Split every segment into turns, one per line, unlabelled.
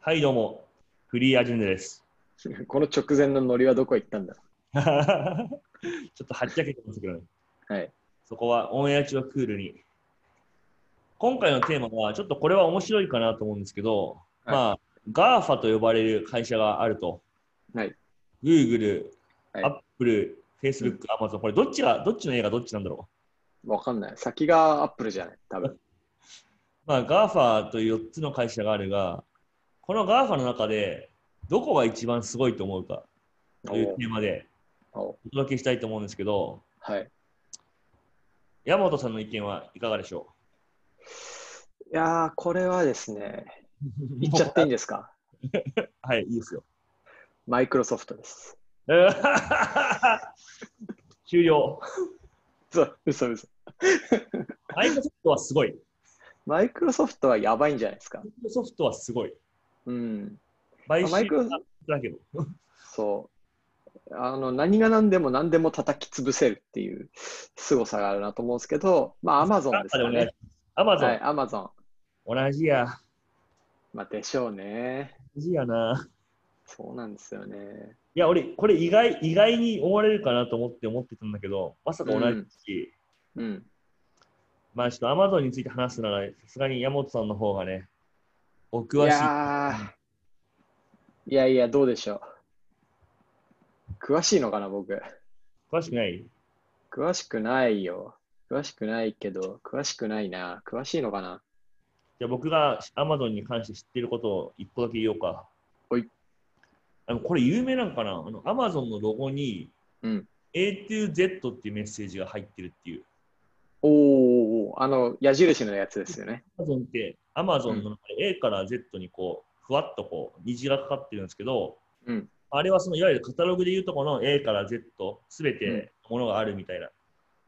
はい、どうも。フリーアジェンダです。
この直前のノリはどこ行ったんだ
ちょっとはっちゃけてますけどね。
はい。
そこはオンエア中はクールに。今回のテーマは、ちょっとこれは面白いかなと思うんですけど、
はい
まあ、GAFA と呼ばれる会社があると。
はい。
Google、
はい
Apple、Facebook、Amazon。これどっちが、どっちの映画どっちなんだろ
わかんない。先がアップルじゃない多分。
う。まあ、GAFA という4つの会社があるが、この GAFA の中で、どこが一番すごいと思うかというテーマで
おお
お届けしたいと思うんですけど、
はい。
山本さんの意見はいかがでしょ
いやー、これはですね、
う
言っち ゃっていいんですか
はい、いいですよ。
マイクロソフトです。
終了。
嘘、嘘、嘘。
マイクロソフトはすごい。マイ
マイクロソフトはやばいんじゃないですか
クロソフトはすごい。
うん。
買収
マイクロ
だけど。
そう。あの、何が何でも何でも叩き潰せるっていう凄さがあるなと思うんですけど、まあ、アマゾンですよね。
アマゾン、
はい、アマゾン。
同じや。
まあ、でしょうね。
同じやな。
そうなんですよね。
いや、俺、これ意外、意外に思われるかなと思って思ってたんだけど、まさか同じ
うん
し、
うん。
まあ、ちょっとアマゾンについて話すなら、さすがに山本さんの方がね、お
い
詳しい。
やーいやいや、どうでしょう。詳しいのかな、僕。
詳しくない
詳しくないよ。詳しくないけど、詳しくないな。詳しいのかな。
じゃあ僕が Amazon に関して知ってることを一個だけ言おうか。
ほい
あのこれ有名なんかなあの ?Amazon のロゴに
うん
A to Z っていうメッセージが入ってるっていう。
おーおーおーあの、矢印のやつですよね。
Amazon って Amazon の中で A から Z にこう、ふわっとこう、虹がかかってるんですけど、
うん
あれはそのいわゆるカタログでいうとこの A から Z すべてものがあるみたいな。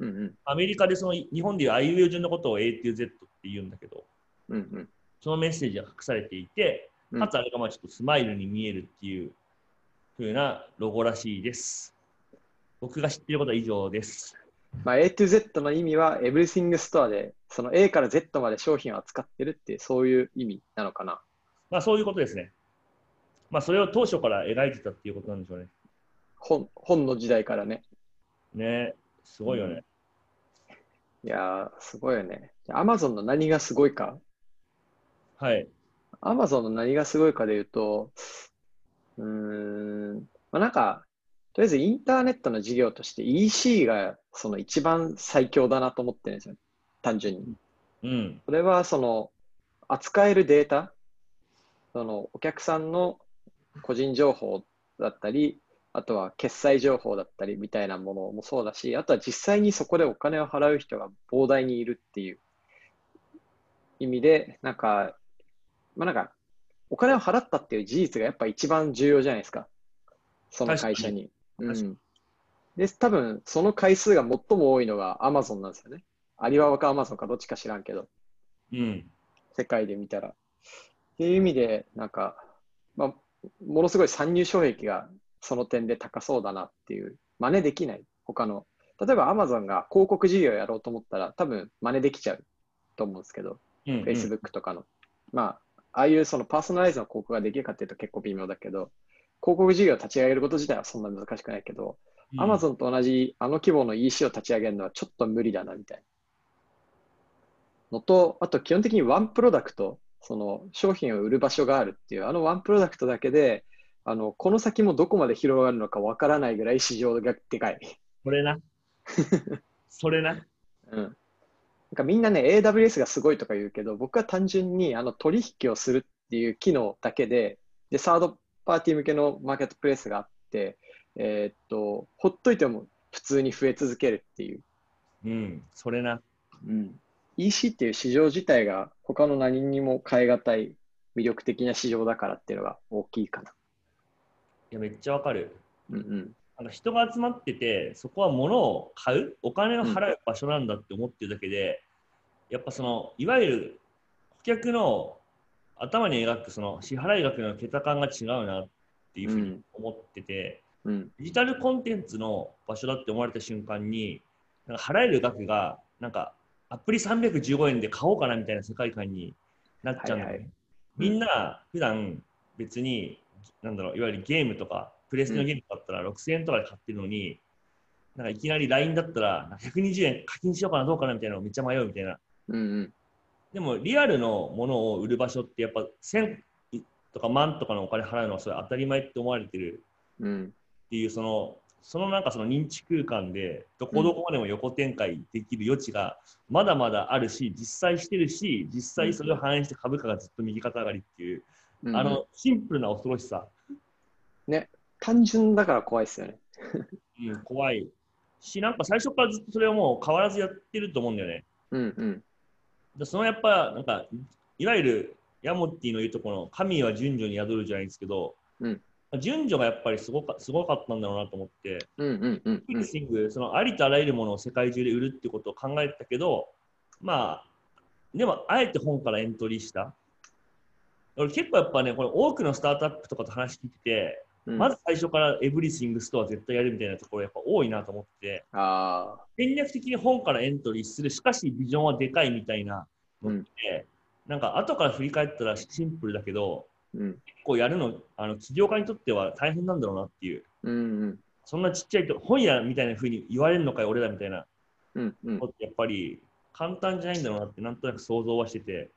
うんうん。
アメリカでその日本でいうあいうえお順のことを A to Z って言うんだけど、
うん
そのメッセージが隠されていて、
うん
かつあれがまあちょっとスマイルに見えるっていう風なロゴらしいです。僕が知ってることは以上です。
うん。まあ、A to Z の意味は、Everything Store で、その A から Z まで商品を扱ってるっていう、そういう意味なのかな。
まあそういうことですね。まあそれを当初から描いてたっていうことなんでしょうね。
本本の時代からね。
ねすごいよね。
いやー、すごいよね。Amazon の何がすごいか、
はい。
アマゾンの何がすごいかで言うと、うーん、まあ、なんか、とりあえずインターネットの事業として EC がその一番最強だなと思ってるんですよ。単純に。
うん。
それはその扱えるデータ、そのお客さんの個人情報だったり、あとは決済情報だったりみたいなものもそうだし、あとは実際にそこでお金を払う人が膨大にいるっていう意味で、なんか、まあ、なんか、お金を払ったっていう事実がやっぱ一番重要じゃないですか。その会社に。
かに確
うん。で、多分、その回数が最も多いのが Amazon なんですよね。アリババか Amazon かどっちか知らんけど。
うん。
世界で見たら。っていう意味で、なんか、まあ、ものすごい参入障壁がその点で高そうだなっていう、真似できない、他の。例えば Amazon が広告事業やろうと思ったら、多分真似できちゃうと思うんですけど、
うん、うん。
Facebook とかの。まあ、ああいうそのパーソナライズの広告ができるかっていうと結構微妙だけど、広告事業を立ち上げること自体はそんな難しくないけど、
うん
Amazon と同じあの規模の EC を立ち上げるのはちょっと無理だなみたいな。のと、あと基本的にワンプロダクト、その商品を売る場所があるっていう、あのワンプロダクトだけで、あのこの先もどこまで広がるのかわからないぐらい市場がでかい。
それ な。それな。
うん。なんかみんなね、AWS がすごいとか言うけど、僕は単純にあの取引をするっていう機能だけで、で、サードパーティー向けのマーケットプレイスがあって、えーっと、ほっといても普通に増え続けるっていう。
うん。それな。
うん、EC っていう市場自体が他の何にも変え難い魅力的な市場だからっていうのが大きいかな。
いや、めっちゃわかる。
うんうん、
あの人が集まってて、そこは物を買う、お金を払う場所なんだって思ってるだけで、やっぱその、いわゆる顧客の頭に描くその支払い額の桁感が違うなっていうふうに思ってて、
うん、
デジタルコンテンツの場所だって思われた瞬間に、なんか払える額が、なんかアプリ315円で買おうかなみたいな世界観になっちゃうんだよね。
はいはい
みんな普段別に、なんだろう、いわゆるゲームとか、プレステのゲームだったら6000円とかで買ってるのに、なんかいきなり LINE だったら、なんか120円課金しようかな、どうかなみたいなのをめっちゃ迷うみたいな。
うんうん。
でも、リアルのものを売る場所って、やっぱ1000とか万とかのお金払うのはそれ当たり前って思われてる
うん。
っていうそのそのなんかその認知空間でどこどこまでも横展開できる余地がまだまだあるし実際してるし実際それを反映して株価がずっと右肩上がりっていう、
うん
あのシンプルな恐ろしさ、
単純だから怖いですよね。
うん、怖いしなんか最初からずっとそれをもう変わらずやってると思うんだよね
うんうん。
でそのやっぱなんかいわゆるヤモッティの言うとこの神は順序に宿るじゃないですけど、
うん
順序がやっぱりすごかすごかったんだろうなと思って
うんうんうん
フルスイング、そのありとあらゆるものを世界中で売るってことを考えてたけど、まあ、でもあえて本からエントリーした。俺結構やっぱね、これ多くのスタートアップとかと話聞いてて、
うん。
まず最初からエブリシングストア絶対やるみたいなところやっぱ多いなと思って、
ああ。
戦略的に本からエントリーする、しかしビジョンはでかいみたいなのって、なんか後から振り返ったらシンプルだけど、
うん
結構やるの、あの起業家にとっては大変なんだろうなっていう。
うんうん
そんなちっちゃいと本屋みたいな風に言われるのかよ俺らみたいな
うんうん
こ。とってやっぱり簡単じゃないんだろうなってなんとなく想像はしてて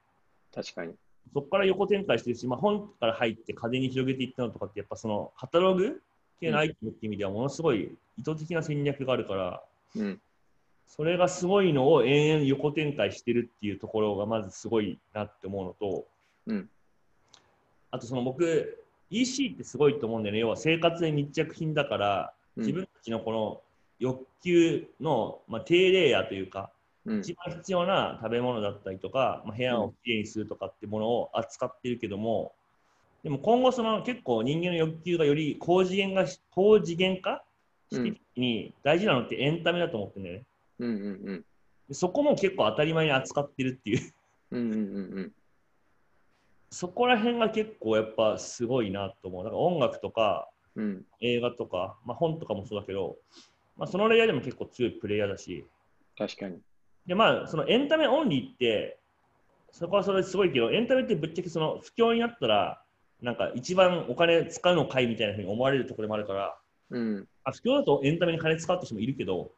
確かに。
そこから横展開してるし、まあ、本から入って風に広げていったのとかってやっぱそのカタログ系のアイテムっていう意味ではものすごい意図的な戦略があるから
うん。
それがすごいのを延々横展開してるっていうところがまずすごいなって思うのと、
うん
あとその僕 EC ってすごいと思うんだよね要は生活に密着品だから
うん
自分たちのこの欲求の、まあ、低レイヤーというか、
うん
一番必要な食べ物だったりとか、まあ、部屋をきれいにするとかってものを扱ってるけども、でも今後その結構人間の欲求がより高次元が高次元化していくときに大事なのってエンタメだと思ってるんだよね。
うんうんうん。
でそこも結構当たり前に扱ってるっていう
うんうんうんうん。
そこら辺が結構やっぱすごいなと思うなんか音楽とか
うん
映画とか、まあ、本とかもそうだけど、まあ、そのレイヤーでも結構強いプレイヤーだし
確かに。
でまあそのエンタメオンリーってそこはそれすごいけどエンタメってぶっちゃけその不況になったらなんか一番お金使うのかいみたいなふうに思われるところもあるから
うん。
あ不況だとエンタメに金使うって人もいるけど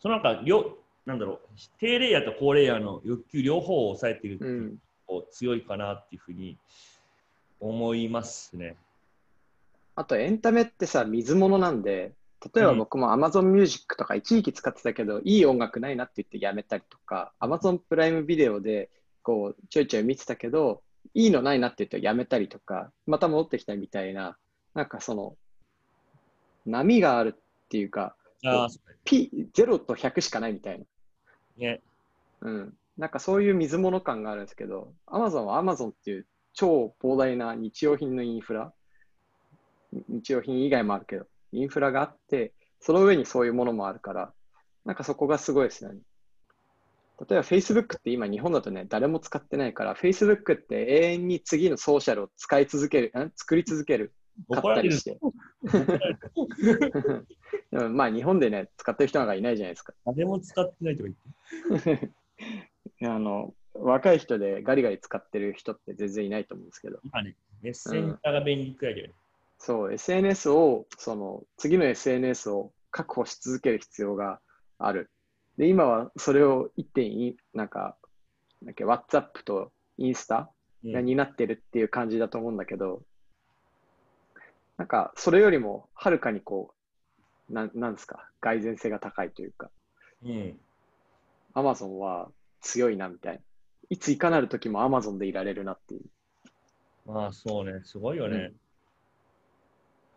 そのなんか両なんだろう低レイヤーと高レイヤーの欲求両方を抑えているって
う。
いうんこう強いかなっていうふうに思いますね。
あとエンタメってさ、水物なんで、例えば僕も Amazon Music とか一時期使ってたけど、いい音楽ないなって言ってやめたりとか、Amazon プライムビデオでこうちょいちょい見てたけど、いいのないなって言ってやめたりとか、また戻ってきたみたいな、なんかその、波があるっていうか、
ああそ
P、0と100しかないみたいな。
うね
うん、なんかそういう水物感があるんですけど、アマゾンはアマゾンっていう超膨大な日用品のインフラ、に日用品以外もあるけど、インフラがあって、その上にそういうものもあるから、なんかそこがすごいですよね。例えば Facebook って今日本だとね、誰も使ってないから、Facebook って永遠に次のソーシャルを使い続ける、ん作り続ける、買
怒
っ
ら
た
れ
り
る
して。 でもまあ日本でね、使ってる人なんかいないじゃないですか。
誰も使ってないとか言って
あの若い人でガリガリ使ってる人って全然いないと思うんですけど、
今ねメッセンジャーが便利くらいだよね。
そう、SNS を、その次の SNS を確保し続ける必要がある。で、今はそれを1点い、なんか、なんだっけ、WhatsApp とインスタ
うん
になってるっていう感じだと思うんだけど、なんか、それよりもはるかにこう、なんなんですか、蓋然性が高いというか、
うん、
Amazon は強いなみたいな。いついかなる時も Amazon でいられるなっていう。
まあそうね、すごいよね。
うん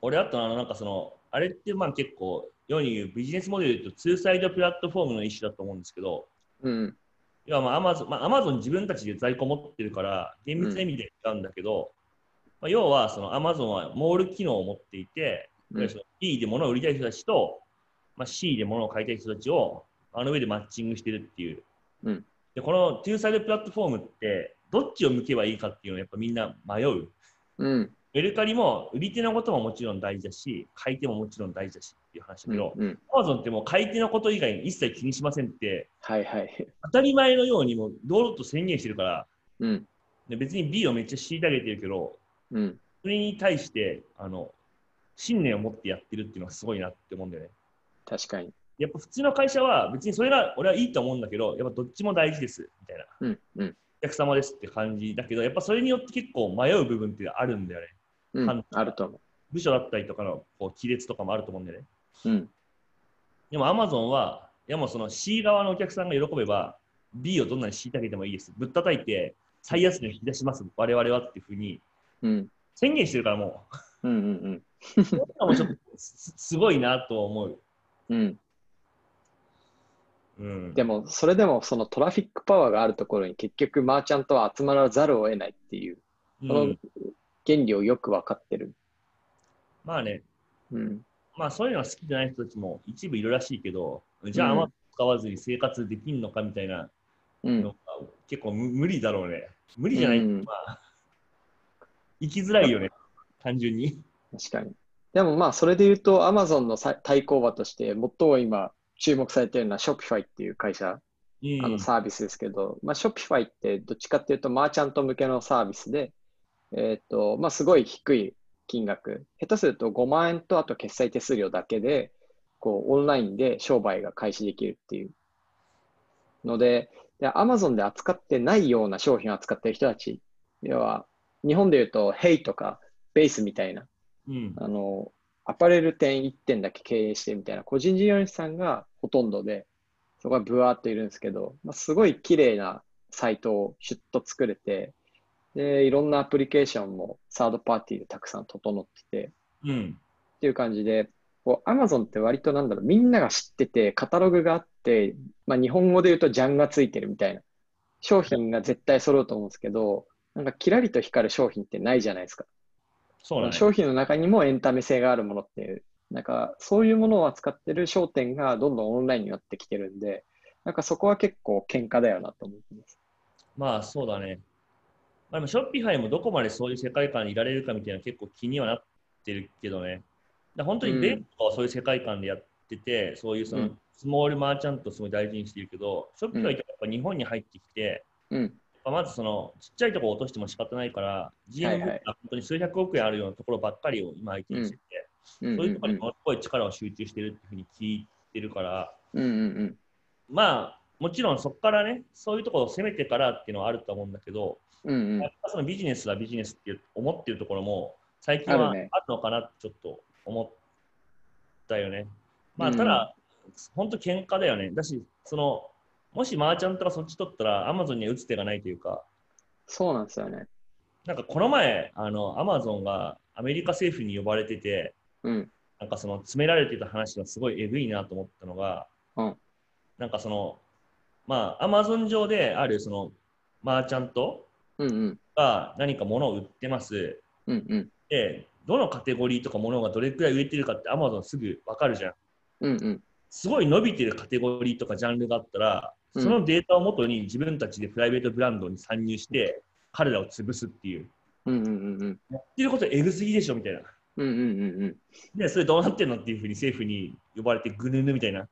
俺、あとあの、なんかその、あれってまあ結構、世に言うビジネスモデルで言うと、ツーサイドプラットフォームの一種だと思うんですけど、
うん。
要はまあアマゾン、まあ、アマゾン自分たちで在庫持ってるから、厳密な意味で使うんだけど、まあ、要はそのアマゾンはモール機能を持っていて、
うん
その B で物を売りたい人たちと、まあ、C で物を買いたい人たちを、あの上でマッチングしてるっていう。
うん
で、このツーサイドプラットフォームって、どっちを向けばいいかっていうのをやっぱみんな迷う。
うん。
メルカリも売り手のことももちろん大事だし、買い手ももちろん大事だしっていう話だけど、
うん。
アマゾンってもう買い手のこと以外に一切気にしませんって、
はいはい。
当たり前のようにもう堂々と宣言してるから、
うん。
で別に B をめっちゃ虐げてるけど、
うん。
それに対して、あの、信念を持ってやってるっていうのはすごいなって思うんだよね。
確かに。
やっぱ普通の会社は別にそれが俺はいいと思うんだけど、やっぱどっちも大事です、みたいな。
うん。うん。
お客様ですって感じだけど、やっぱそれによって結構迷う部分ってあるんだよね。
うん、あると思
部署だったりとかのこう亀裂とかもあると思うんだよね。
う。うん。
でも Amazon は、いやもうその C 側のお客さんが喜べば、B をどんなに虐げてもいいです。ぶったたいて、最安値を引き出します、我々はっていうふうに
うん。
宣言してるからもう、
うん。うん。
そんなのもちょっとすすごいなとは思う。
うん。
うん、
でも、それでも、そのトラフィックパワーがあるところに結局、マーチャントは集まらざるを得ないっていう、
う
その
ん、
原理をよく分かってる。
まあね、
うん。
まあそういうのは好きじゃない人たちも一部いるらしいけど、じゃあ
うん
Amazon 使わずに生活できんのかみたいな
う
の
ん
が。結構む無理だろうね。無理じゃない、
うん
まあ、生きづらいよね、単純に。
確かに。でもまあ、それで言うと、アマゾンのさ対抗馬として、最も今、注目されているのは Shopify っていう会社、
うん
あのサービスですけど、まあ、Shopify ってどっちかっていうと、マーチャント向けのサービスで、えっと、まあ、すごい低い金額、下手すると5万円と、あと決済手数料だけで、こう、オンラインで商売が開始できるっていうので、で、アマゾンで扱ってないような商品を扱っている人たち、要は、日本で言うと、Hey とか、ベースみたいな、
うん
あの、アパレル店1店だけ経営してみたいな、個人事業主さんがほとんどで、そこがブワーっといるんですけど、まあ、すごい綺麗なサイトをシュッと作れて、で、いろんなアプリケーションもサードパーティーでたくさん整ってて、
うん
っていう感じで、こう、Amazon って割となんだろう、みんなが知ってて、カタログがあって、まあ日本語で言うとジャンがついてるみたいな、商品が絶対揃うと思うんですけど、なんかキラリと光る商品ってないじゃないですか。
そうだね。
商品の中にもエンタメ性があるものっていう、なんかそういうものを扱ってる商店がどんどんオンラインになってきてるんで、なんかそこは結構喧嘩だよなと思ってます。
まあそうだね。まあ、でもショッピファイもどこまでそういう世界観にいられるかみたいな結構気にはなってるけどね。だから本当にベンとかはそういう世界観でやってて、そういうそうの
ん
スモールマーチャントをすごい大事にしてるけど、ショッピファイってやっぱ日本に入ってきて、
うん、
やっぱまずそのちっちゃいところ落としても仕方ないから、GM が本当に数百億円あるようなところばっかりを今相手にしてて、
うん、
そういうところにものすごい力を集中してるっていうふうに聞いてるから、
うん、うん、
まあもちろんそこからね、そういうところを攻めてからっていうのはあると思うんだけど、
うん、うん、う
や
ん
っ、ぱそのビジネスはビジネスって思ってるところも最近は
あ
あ
る
る
ね
のかなってちょっと思ったよね。ま
う
あ
ん
ただ、本当喧嘩だよね。だし、そのもしマーチャントがそっち取ったらアマゾンには打つ手がないというか、
そうなんですよね。
なんかこの前、あのアマゾンがアメリカ政府に呼ばれてて、
うん、
なんかその詰められてた話がすごいえぐいなと思ったのが、
うん
なんかその、まあアマゾン上であるそのマーチャント
うん、うん、
が何か物を売ってます。
うん、うん、
で、どのカテゴリーとかものがどれくらい売れてるかって Amazon すぐ分かるじゃん。
うん、うん、
すごい伸びてるカテゴリーとかジャンルがあったら、
うん
そのデータをもとに自分たちでプライベートブランドに参入して、彼らを潰すっていう。
うん、うん、うん、
やってることエグすぎでしょみたいな。
うん、うん、うん、うん、
で、それどうなってんのっていうふうに政府に呼ばれてぐぬぬみたいな。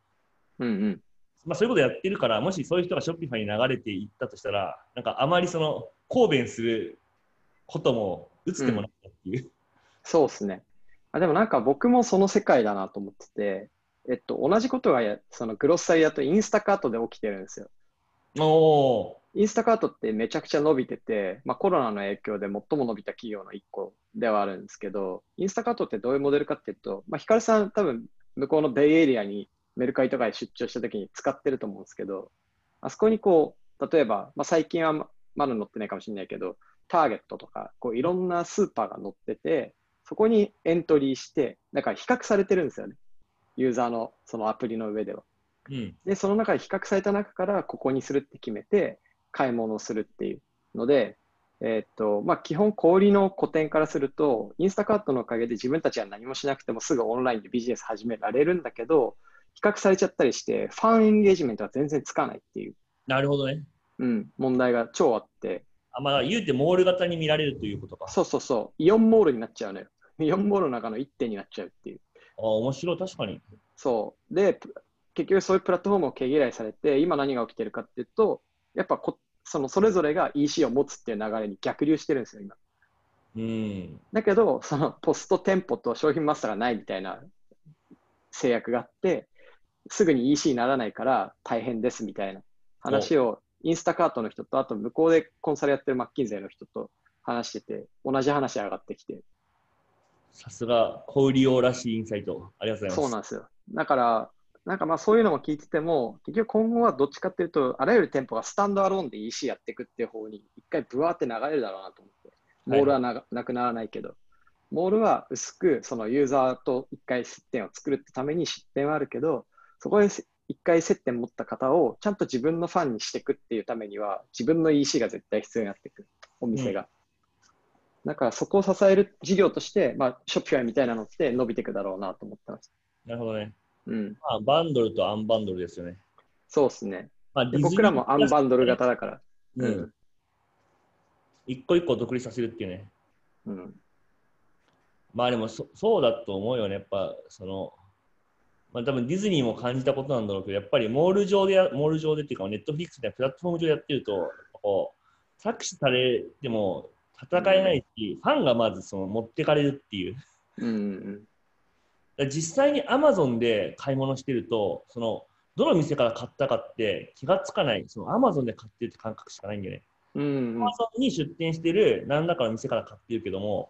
うん、うん、
まあそういうことやってるから、もしそういう人がショッピファイに流れていったとしたら、なんかあまりその、抗弁することも打つ手もなかったっていう。
そうっすね。あ、でもなんか僕もその世界だなと思ってて、えっと、同じことがや、そのグロッサリだとインスタカートで起きてるんですよ。
おー。
インスタカートってめちゃくちゃ伸びてて、まあ、コロナの影響で最も伸びた企業の一個ではあるんですけど、インスタカートってどういうモデルかっていうと、まあ、ヒカルさん多分向こうのベイエリアにメルカリとかで出張した時に使ってると思うんですけど、あそこにこう、例えば、まあ、最近はままだ載ってないかもしれないけど、ターゲットとか、こういろんなスーパーが載ってて、そこにエントリーして、だから比較されてるんですよね。ユーザーのそのアプリの上では。
うん。
で、その中で比較された中から、ここにするって決めて、買い物をするっていうので、えーっと、まあ、基本、小売りの個展からすると、インスタカートのおかげで自分たちは何もしなくてもすぐオンラインでビジネス始められるんだけど、比較されちゃったりして、ファンエンゲージメントは全然つかないっていう、
なるほどね。
うん、問題が超あって、
あまあ、言うてモール型に見られるということか。あ
そうそうそう、イオンモールになっちゃうのよ。イオンモールの中の一点になっちゃうっていう。
面白い、確かに。
そう。で、プ結局そういうプラットフォームを毛嫌いされて、今何が起きてるかっていうと、やっぱこそのそれぞれが EC を持つっていう流れに逆流してるんですよ、今。
うん。
だけど、そのポスト店舗と商品マスターがないみたいな制約があって、すぐに EC にならないから大変ですみたいな話をインスタカートの人と、あと向こうでコンサルやってるマッキンゼーの人と話してて、同じ話上がってきて、
さすが、小売り用らしいインサイト。ありがとうございます。
そうなんですよ。だから、なんかまあそういうのも聞いてても、結局今後はどっちかっていうと、あらゆる店舗がスタンドアローンで EC やっていくっていう方に、一回ブワーって流れるだろうなと思って、モールはな,、なくならないけど、モールは薄く、そのユーザーと一回接点を作るってために出店はあるけど、そこでせ一回接点持った方をちゃんと自分のファンにしていくっていうためには、自分の EC が絶対必要になってくる、お店が。だからそこを支える事業として、まあ、ショッピファイみたいなのって伸びていくだろうなと思ってます。
なるほどね。
うん
まあ、バンドルとアンバンドルですよね。
そうですね。
まあ、デ
で
ィズニー
僕らもアンバンドル型だから。
う
うん
ん。一個一個独立させるっていうね。
うん。
まあでもそ、そうだと思うよね。やっぱ、その、まあ多分ディズニーも感じたことなんだろうけど、やっぱりモール上でや、モール上でっていうか、ネットフリックスみたいなプラットフォーム上でやってると、やっぱこう、搾取されても戦えないし、ファンがまずその持ってかれるっていう。
うんうん
だから実際に Amazon で買い物してるとそのどの店から買ったかって気がつかないその Amazon で買ってるって感覚しかないんだよね、
うん。うんうん
Amazon に出店してる何らかの店から買ってるけども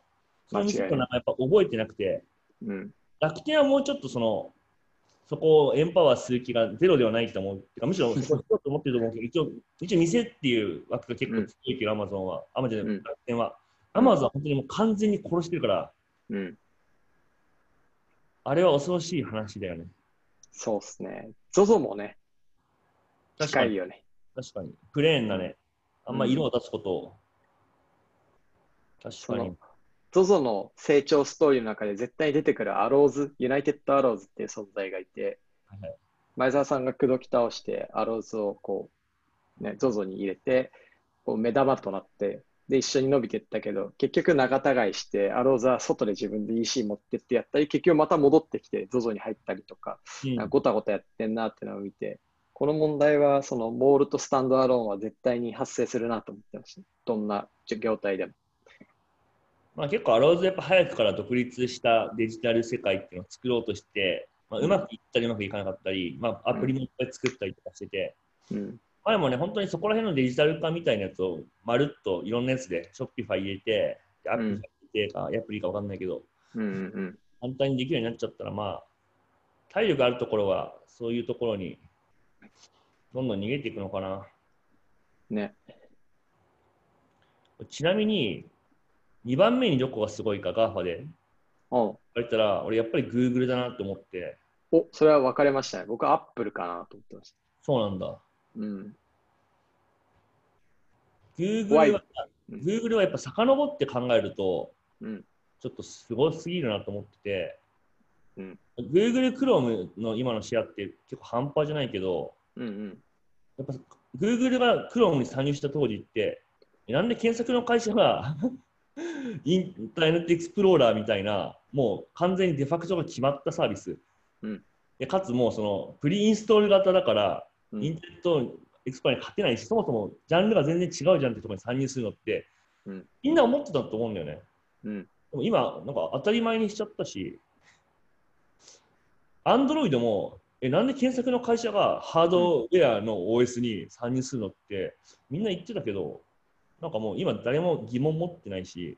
その店
間違い
と
な
なんかやっぱ覚えてなくて
うん。
楽天はもうちょっとそのそこをエンパワーする気がゼロではないと思うてかむしろそこをしようと思ってると思うけど一応一応店っていう枠が結構強いけど、Amazon は Amazon じゃない
うん
楽天は Amazon は本当にもう完全に殺してるから
うん。
あれは恐ろしい話だよね
そうですね。ZOZO もね、
確
近
かに
いよね。
確かに。プレーンなね。あんま
うん
色を出すことを。確
そ
かに
の。ZOZO の成長ストーリーの中で絶対出てくるアローズ、ユナイテッドアローズっていう存在がいて
はいは、
前澤さんが口説き倒して、アローズをこう、ね、ZOZO に入れて、こう目玉となって、で、一緒に伸びていったけど、結局仲違いして、アローズは外で自分で EC 持ってってやったり、結局また戻ってきて、ZOZO に入ったりとか、
うん
なんかごたごたやってんなってのを見て、この問題はそのモールとスタンドアローンは絶対に発生するなと思ってました。どんな業態でも。
まあ、結構アローズやっぱ早くから独立したデジタル世界っていうのを作ろうとして、まあ、うまくいったりうまくいかなかったり、まあ、アプリもいっぱい作ったりとかしてて、
うん。
まあでもね、本当にそこら辺のデジタル化みたいなやつをまるっといろんなやつで、ショッピファイ入れて、でアプリ入れてか、アプリかわかんないけど、
うんうん
簡単にできるようになっちゃったら、まあ、体力あるところは、そういうところに、どんどん逃げていくのかな。
うん。ね。
ちなみに、2番目にどこがすごいか、GAFA で。
おう
言われたら、俺やっぱり Google だなって思って、
お、それは分かれましたね。僕はアップルかなと思ってまし
そうなんだ。
た。うん。
Google は
Why？うん
Google はやっぱ遡って考えると、
うん。
ちょっとすごすぎるなと思ってて、
うん、
Google Chrome の今のシェアって結構半端じゃないけど、
うんうん。
やっぱ Google が Chrome に参入した当時って、えなんで検索の会社が インターネットエクスプローラーみたいな、もう完全にデファクトが決まったサービス、
うん
でかつもうそのプリインストール型だから、
うん
インターネットエクスプローラーに勝てないし、そもそもジャンルが全然違うじゃんってところに参入するのって、
うん
みんな思ってたと思うんだよね。
うん。
でも今、なんか当たり前にしちゃったし、アンドロイドも、え、なんで検索の会社がハードウェアの OS に参入するのって、みんな言ってたけど、なんかもう今誰も疑問持ってないし、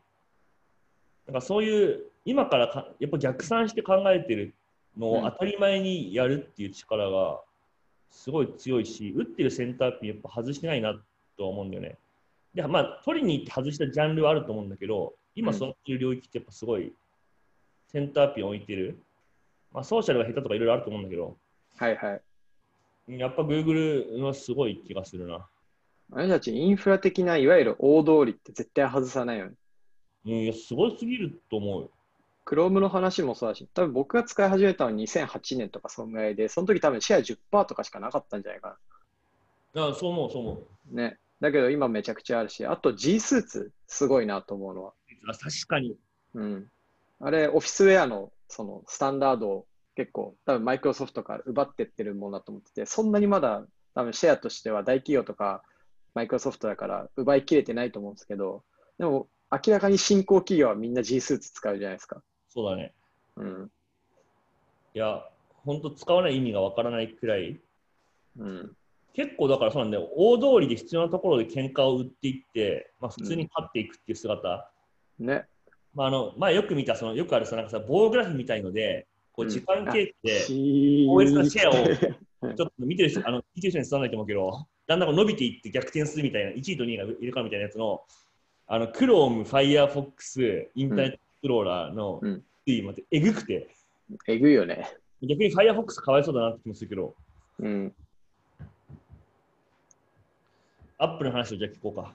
なんかそういう、今からかやっぱ逆算して考えてるのを
うん
当たり前にやるっていう力がすごい強いし、打ってるセンターピンやっぱ外してないなとは思うんだよね。で、まあ、取りに行って外したジャンルはあると思うんだけど、今
うん
育ってる領域ってやっぱすごいセンターピン置いてる。まあ、ソーシャルが下手とかいろいろあると思うんだけど、
はいはい。
やっぱ Google はすごい気がするな。
あれたちインフラ的ないわゆる大通りって絶対外さないよね。
うん、いや、すごいすぎると思う。
Chrome の話もそうだし、多分僕が使い始めたのは2008年とかそんぐらいで、その時多分シェア10%とかしかなかったんじゃないかな。
あそう思う、そう思う。
ね。だけど今めちゃくちゃあるし、あと G スーツ、すごいなと思うのは。
あ確かに。
うん。あれ、オフィスウェアのそのスタンダードを結構、多分マイクロソフトから奪ってってるものだと思ってて、そんなにまだ多分シェアとしては大企業とかマイクロソフトだから奪いきれてないと思うんですけど、でも明らかに新興企業はみんな G スーツ使うじゃないですか。
そうだね。
うん。
いや、本当使わない意味がわからないくらい、
うん。
結構だからそうなんだよ、大通りで必要なところで喧嘩を売っていって、まあ、普通に勝っていくっていう姿、
ね。
まあ、あの前よく見たその、よくあるさ、なんかさ、棒グラフみたいので、こう時間経って、
応
OS のシェアを ちょっと見てる人、あの、聞いてる人に伝わらないと思うけど、だんだんこう伸びていって逆転するみたいな、1位と2位がいるかみたいなやつの、あの、クローム、ファイヤーフォックス、インターネットエクスプローラーの
うん
推移までえぐくて、
えぐいよね。
逆にファイヤーフォックスかわいそうだなって気もするけど、
うん。
アップルの話をじゃあ聞こうか。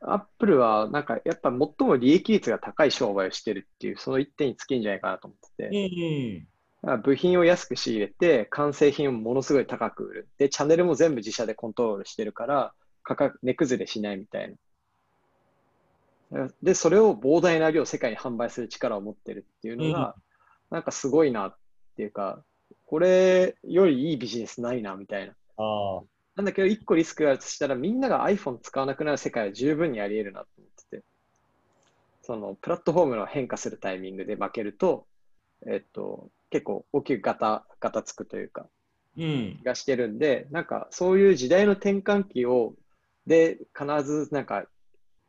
アップルは、なんか、やっぱ最も利益率が高い商売をしてるっていう、その一点に尽きんじゃないかなと思って
うん
て、
うん。
だから部品を安く仕入れて、完成品をものすごい高く売る。で、チャンネルも全部自社でコントロールしてるから、価格、値崩れしないみたいな。で、それを膨大な量世界に販売する力を持ってるっていうのが、なんかすごいなっていうか、これよりいいビジネスないなみたいな。
ああ、
なんだけど、一個リスクがあるとしたら、みんなが iPhone 使わなくなる世界は十分にあり得るなと思ってて、そのプラットフォームの変化するタイミングで負けると、えっと、結構大きくガタ、ガタつくというか、
うん。
がしてるんで、なんかそういう時代の転換期を、で、必ずなんか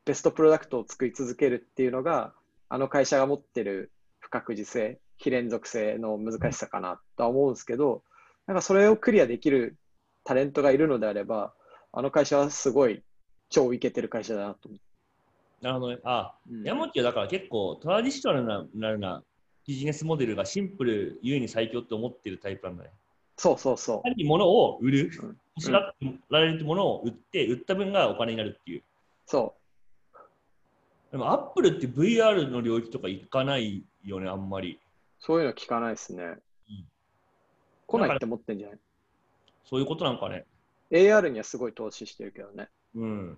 ベストプロダクトを作り続けるっていうのが、あの会社が持ってる不確実性、非連続性の難しさかなとは思うんですけど、なんかそれをクリアできるタレントがいるのであれば、あの会社はすごい超イケてる会社だなと思って。
なるほどね。ああ、
うん
ヤモッチはだから結構トラディショナルななるなビジネスモデルがシンプルゆえに最強って思ってるタイプなんだね。
そうそうそ
やはり物を売る
うん、
欲しがってもられるものを売って、売った分がお金になるっていう。
う。そ
でも、アップルって VR の領域とか行かないよね、あんまり。
う。そういうの聞かないですね。来ないって思ってんじゃない
そういうことなんかね。
?AR にはすごい投資してるけどね。
うん。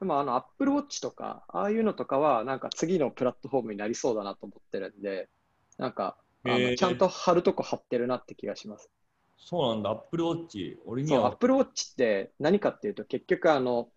でもあの Apple Watch とか、ああいうのとかは、なんか次のプラットフォームになりそうだなと思ってるんで、なんか、あ
へ
の
ー
ちゃんと貼るとこ貼ってるなって気がします。
そうなんだ、アップルウォッチ。俺に
そう、
は。
Apple Watch って何かっていうと、結局あの、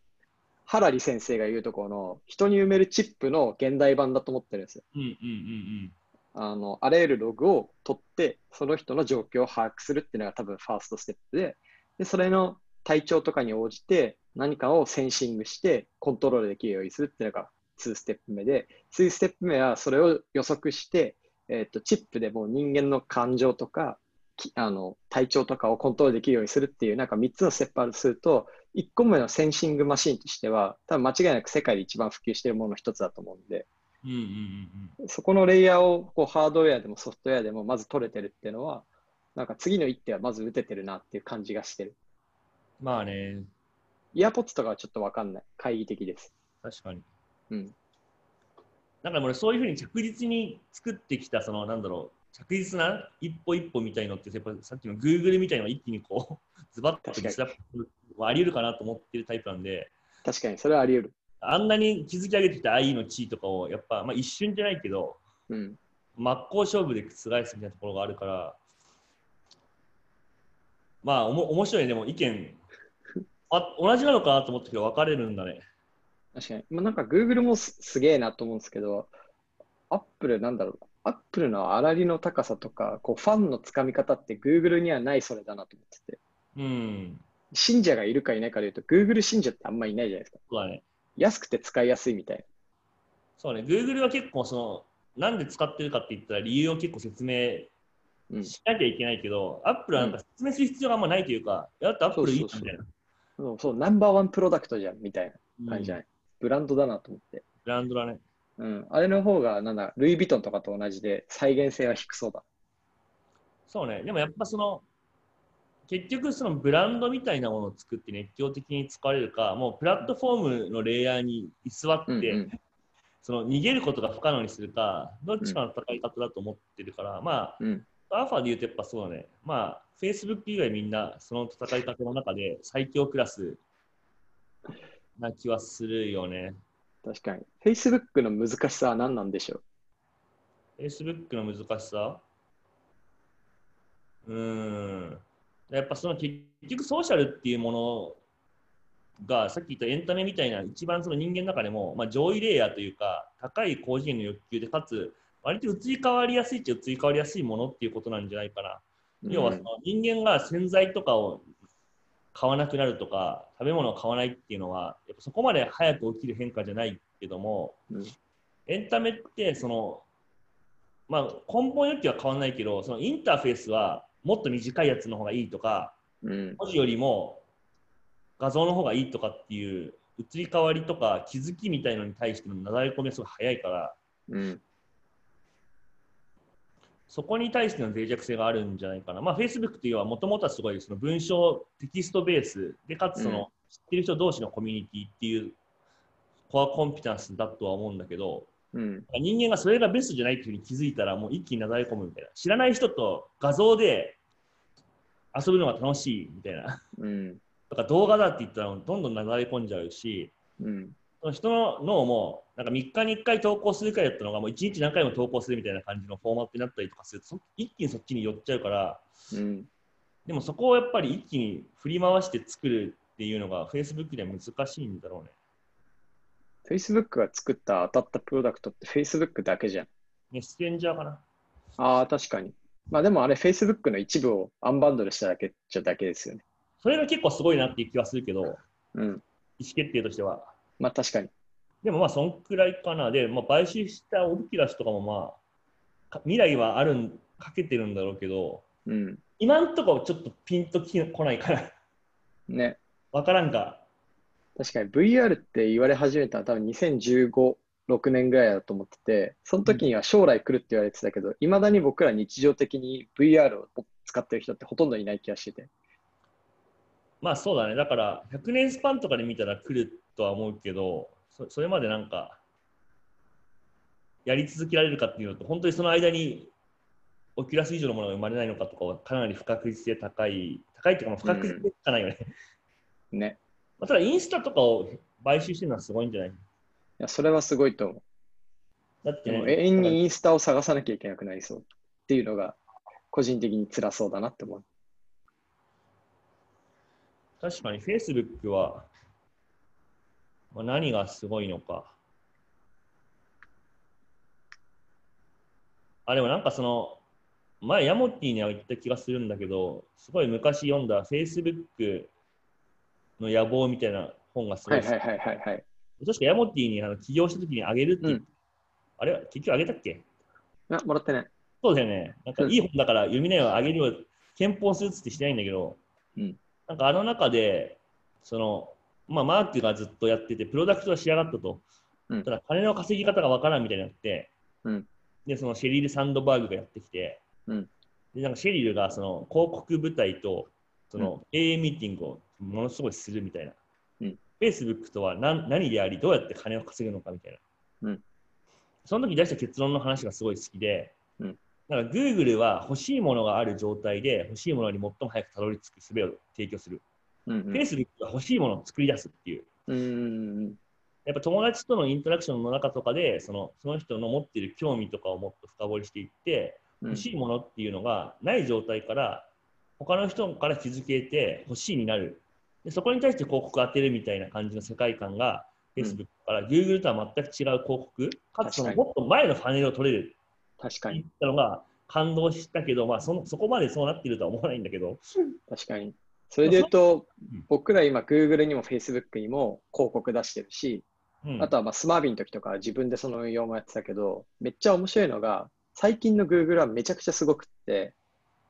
ハラリ先生が言うところの、人に埋めるチップの現代版だと思ってるんですよ。
うんうんうん
あの、あらゆるログを取って、その人の状況を把握するっていうのが多分ファーストステップで、で、それの体調とかに応じて何かをセンシングしてコントロールできるようにするっていうのが2ステップ目で、3ステップ目はそれを予測して、えっと、チップでもう人間の感情とか、きあの、体調とかをコントロールできるようにするっていう、なんか3つのステップあるとすると、1個目のセンシングマシンとしては、多分間違いなく世界で一番普及しているものの一つだと思うんで、
うん。うんうんうん
そこのレイヤーをこうハードウェアでもソフトウェアでもまず取れてるっていうのは、なんか次の一手はまず打ててるなっていう感じがしてる。
うん。まあね、
イヤーポッツとかはちょっとわかんない。懐疑的です。
確かに。
うん。
だから俺、そういうふうに着実に作ってきた、その、なんだろう、着実な一歩一歩みたいのって、やっぱさっきの Google みたいのが一気にこう、 ズバッと
確かに
リスラップはあり得るかなと思ってるタイプなんで、
確かに、それはあり得る。
あんなに築き上げてきた IE の地位とかを、やっぱ、まあ、一瞬じゃないけど、
うん。
真っ向勝負で覆すみたいなところがあるから、まあ、おも面白いね、でも意見、 あ同じなのかなと思ったけど、分かれるんだね。
確かに。まあ、なんか Google もすすげえなと思うんですけど、Apple なんだろう。Apple の粗利の高さとか、こうファンのつかみ方って Google にはないそれだなと思ってて。
うん、
信者がいるかいないかで言うと、Google 信者ってあんまりいないじゃないですか。
そうだね。
安くて使いやすいみたいな。
そうね、Google は結構、その、なんで使ってるかって言ったら、理由を結構説明
うん。
しなきゃいけないけど、Apple はなんか説明する必要があんまないというか、やったら Apple いいなみたいな
そうそう、ナンバーワンプロダクトじゃんみたいな。感じじゃ
うん
ない、ブランドだなと思って。
ブランドだね。
うん。あれの方が、なんだ、ルイ・ヴィトンとかと同じで、再現性は低そうだ。
そうね、でもやっぱその、結局そのブランドみたいなものを作って熱狂的に使われるか、もうプラットフォームのレイヤーに居座って、
うんうん
その逃げることが不可能にするか、どっちかの戦い方だと思ってるから、ま
うん。
あ、アルファで言うとやっぱそうだね、まあ、Facebook 以外みんなその戦い方の中で最強クラスな気はするよね。
確かに。Facebook の難しさは何なんでしょ
Facebook の難しさうーん。やっぱその結結局ソーシャルっていうものがさっき言ったエンタメみたいな一番その人間の中でも、まあ、上位レイヤーというか高い高次元の欲求でかつ割と移り変わりやすいっちゃ移り変わりやすいものっていうことなんじゃないかな。要はその人間が洗剤とかを買わなくなるとか食べ物を買わないっていうのはやっぱそこまで早く起きる変化じゃないけども、
うん
エンタメってその、まあ、根本よりは変わらないけどそのインターフェースはもっと短いやつの方がいいとか
うん、
文字よりも画像の方がいいとかっていう移り変わりとか気づきみたいのに対してのなだれ込みがすごい早いから
うん、
そこに対しての脆弱性があるんじゃないかな。まあ、Facebook というのはもともとはすごいその文章、テキストベースで、かつその、
うん
知ってる人同士のコミュニティっていうコアコンピタンスだとは思うんだけど、
うん、
人間がそれがベストじゃないっていうふうに気づいたらもう一気になだれ込むみたいな。知らない人と画像で遊ぶのが楽しいみたいな。
うん、
とか動画だって言ったらどんどんなだれ込んじゃうし、
うん、
その人の脳もなんか3日に1回投稿するくらいだったのがもう1日何回も投稿するみたいな感じのフォーマットになったりとかするとそ一気にそっちに寄っちゃうから
うん、
でもそこをやっぱり一気に振り回して作るっていうのが Facebook では難しいんだろうね。
Facebook が作った当たったプロダクトって Facebook だけじゃん。
メッセンジャーかな。
ああ、確かに。まあでもあれ Facebook の一部をアンバンドルしただけじゃだけですよね。
それが結構すごいなっていう気はするけど、意思
うん。
決定としては。
まあ確かに。
でもまあそんくらいかな。で、まあ、買収したオブキラスとかもまあか未来はあるんかけてるんだろうけど
うん。
今んとこちょっとピンとき来ないから
ね。
わからんか。
確かに VR って言われ始めたのは多分2015、6年ぐらいだと思ってて、その時には将来来るって言われてたけど、いまだに僕ら日常的に VR を使ってる人ってほとんどいない気がしてて。
まあそうだね、だから100年スパンとかで見たら来るとは思うけど、そそれまでなんか、やり続けられるかっていうのと、本当にその間に、オキュラス以上のものが生まれないのかとかは、かなり不確実性高い、高いっていうか、まあ不確実性しかないよね。
ね。
まあただ、インスタとかを買収してるのはすごいんじゃない
いや、それはすごいと思う。
だって
で
ね、
も永遠にインスタを探さなきゃいけなくなりそうっていうのが、個人的に辛そうだなって思う。
確かに Facebook は、まあ、何がすごいのか。あ、でもなんかその、前ヤモティには言った気がするんだけど、すごい昔読んだ Facebook の野望みたいな本がすご
はいい
好き。
はいはいはいはい。
確かヤモティにあの起業した時にあげるって言っ、
うん
あれは結局あげたっけ
あ、もらってない。
そうだよね。なんか
うん
いい本だから読みなよ、あげるよ、憲法スーツってしてないんだけど、
うん
なんかあの中で、その、まあ、マークがずっとやってて、プロダクトは仕上がったと。
うん
ただ、金の稼ぎ方がわからんみたいになって、
うん
で、そのシェリル・サンドバーグがやってきて、
うん
で、なんかシェリルがその広告部隊と、その経営ミーティングをものすごいするみたいな。
うん
フェイスブックとは何何であり、どうやって金を稼ぐのかみたいな。
うん
その時出した結論の話がすごい好きで、だから Google は欲しいものがある状態で欲しいものに最も早くたどり着く術を提供する。
うんうん
Facebook は欲しいものを作り出すっていう。
うーん。
やっぱ友達とのインタラクションの中とかでそのその人の持っている興味とかをもっと深掘りしていって
うん
欲しいものっていうのがない状態から他の人から気づけて欲しいになるでそこに対して広告を当てるみたいな感じの世界観が
うん
Facebook から Google とは全く違う広告かつその
確かに
もっと前のファネルを取れる
確か
言っ
に、
たのが感動したけど、まあ、そのそこまでそうなってるとは思わないんだけど、
確かに。それで言うと
うん、
僕ら今、Google にも Facebook にも広告出してるし、
うん
あとはまあスマービーの時とかは自分でその運用もやってたけど、めっちゃ面白いのが、最近の Google はめちゃくちゃすごくって、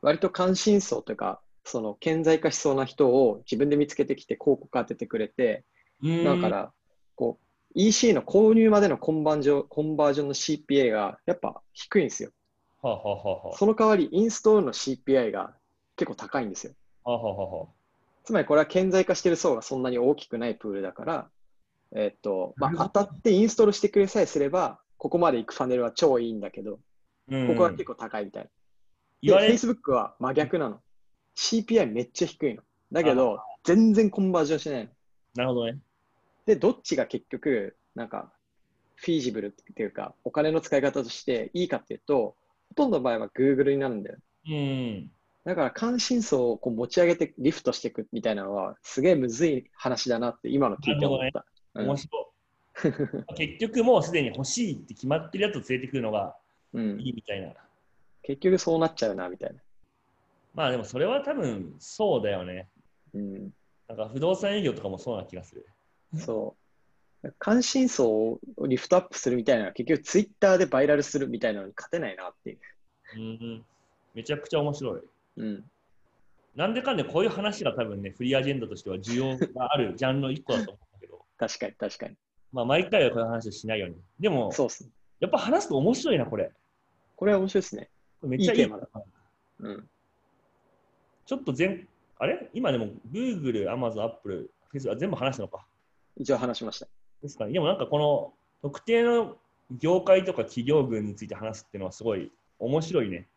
割と関心層というか、その顕在化しそうな人を自分で見つけてきて広告当ててくれて、
うん
だから、こう、EC の購入までのコンバージョンコンバージョンの CPA がやっぱ低いんですよ。
はあ、はあはあは
その代わりインストールの CPI が結構高いんですよ。
あ、はあはあはあ、
つまりこれは顕在化してる層がそんなに大きくないプールだから、えっと、ま
なるほ
あ、当たってインストールしてくれさえすれば、ここまで行くファネルは超いいんだけど、
うん
ここは結構高いみたいな。
言わ
で、
れ
Facebook は真逆なの。CPI めっちゃ低いの。だけど、全然コンバージョンしないの。
なるほどね。
で、どっちが結局、なんか、フィージブルっていうか、お金の使い方としていいかっていうと、ほとんどの場合は Google になるんだよね
うん。
だから関心層をこう持ち上げてリフトしていくみたいなのはすげえむずい話だなって今の聞いて思った。
面 白い。結局もうすでに欲しいって決まってるやつを連れてくるのが
うんうん
いいみたいな。
結局そうなっちゃうなみたいな。
まあでもそれは多分そうだよね。
うん、
なんか不動産営業とかもそうな気がする。
そう関心層をリフトアップするみたいなのは結局ツイッターでバイラルするみたいなのに勝てないなっていう。
うん。めちゃくちゃ面白い。
うん、
なんでかんでこういう話が多分ね、フリーアジェンダとしては需要があるジャンルの一個だと思うんだけど、
確かに確かに。
まあ毎回はこういう話をしないように。でも、
そうっすね。
やっぱ話すと面白いな、これ。
これは面白いですね。
これめっちゃいい
いいテーマだ
だ。
うん。
ちょっと全、あれ今でも Google、Amazon、Apple、Facebook あ全部話したのか。
一応話しました。
ですかね。でもなんかこの特定の業界とか企業群について話すっていうのはすごい面白いね。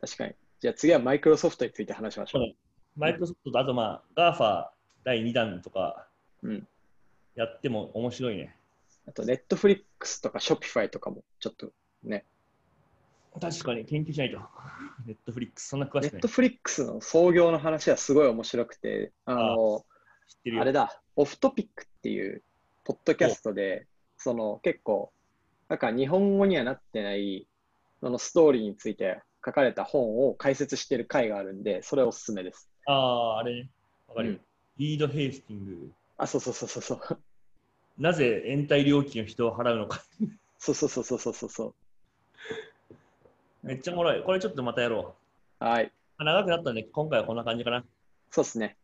確かに。じゃあ次はマイクロソフトについて話しましょう。
マイクロソフトとあとまあ GAFA 第2弾とか
うん
やっても面白いね。
あと、ネットフリックスとかショピファイとかもちょっと
確かに研究しないと。 ネットフリックスそんな詳
ネ
しくな
ッ
い。
ト
知っ
フリックスの創業の話はすごい面白くて、あの、
てる
あ
よ。
れだ、オフトピックっていう、ポッドキャストで、その結構、なんか日本語にはなってない、そのストーリーについて書かれた本を解説してる回があるんで、それおすすめです。
ああ、あれね。わかるよ、
うん
リード・ヘイスティング。
あ、そうそうそうそうそう。
なぜ延滞料金を人を払うのか。
そうそうそうそうそうそうそう。
めっちゃおもろい。これちょっとまたやろ
はい。
う。長くなったんで、今回はこんな感じかな。
そうですね。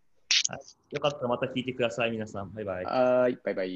よかったらまた聞いてください、皆さん。バイバイ。
はーい。バイバイ。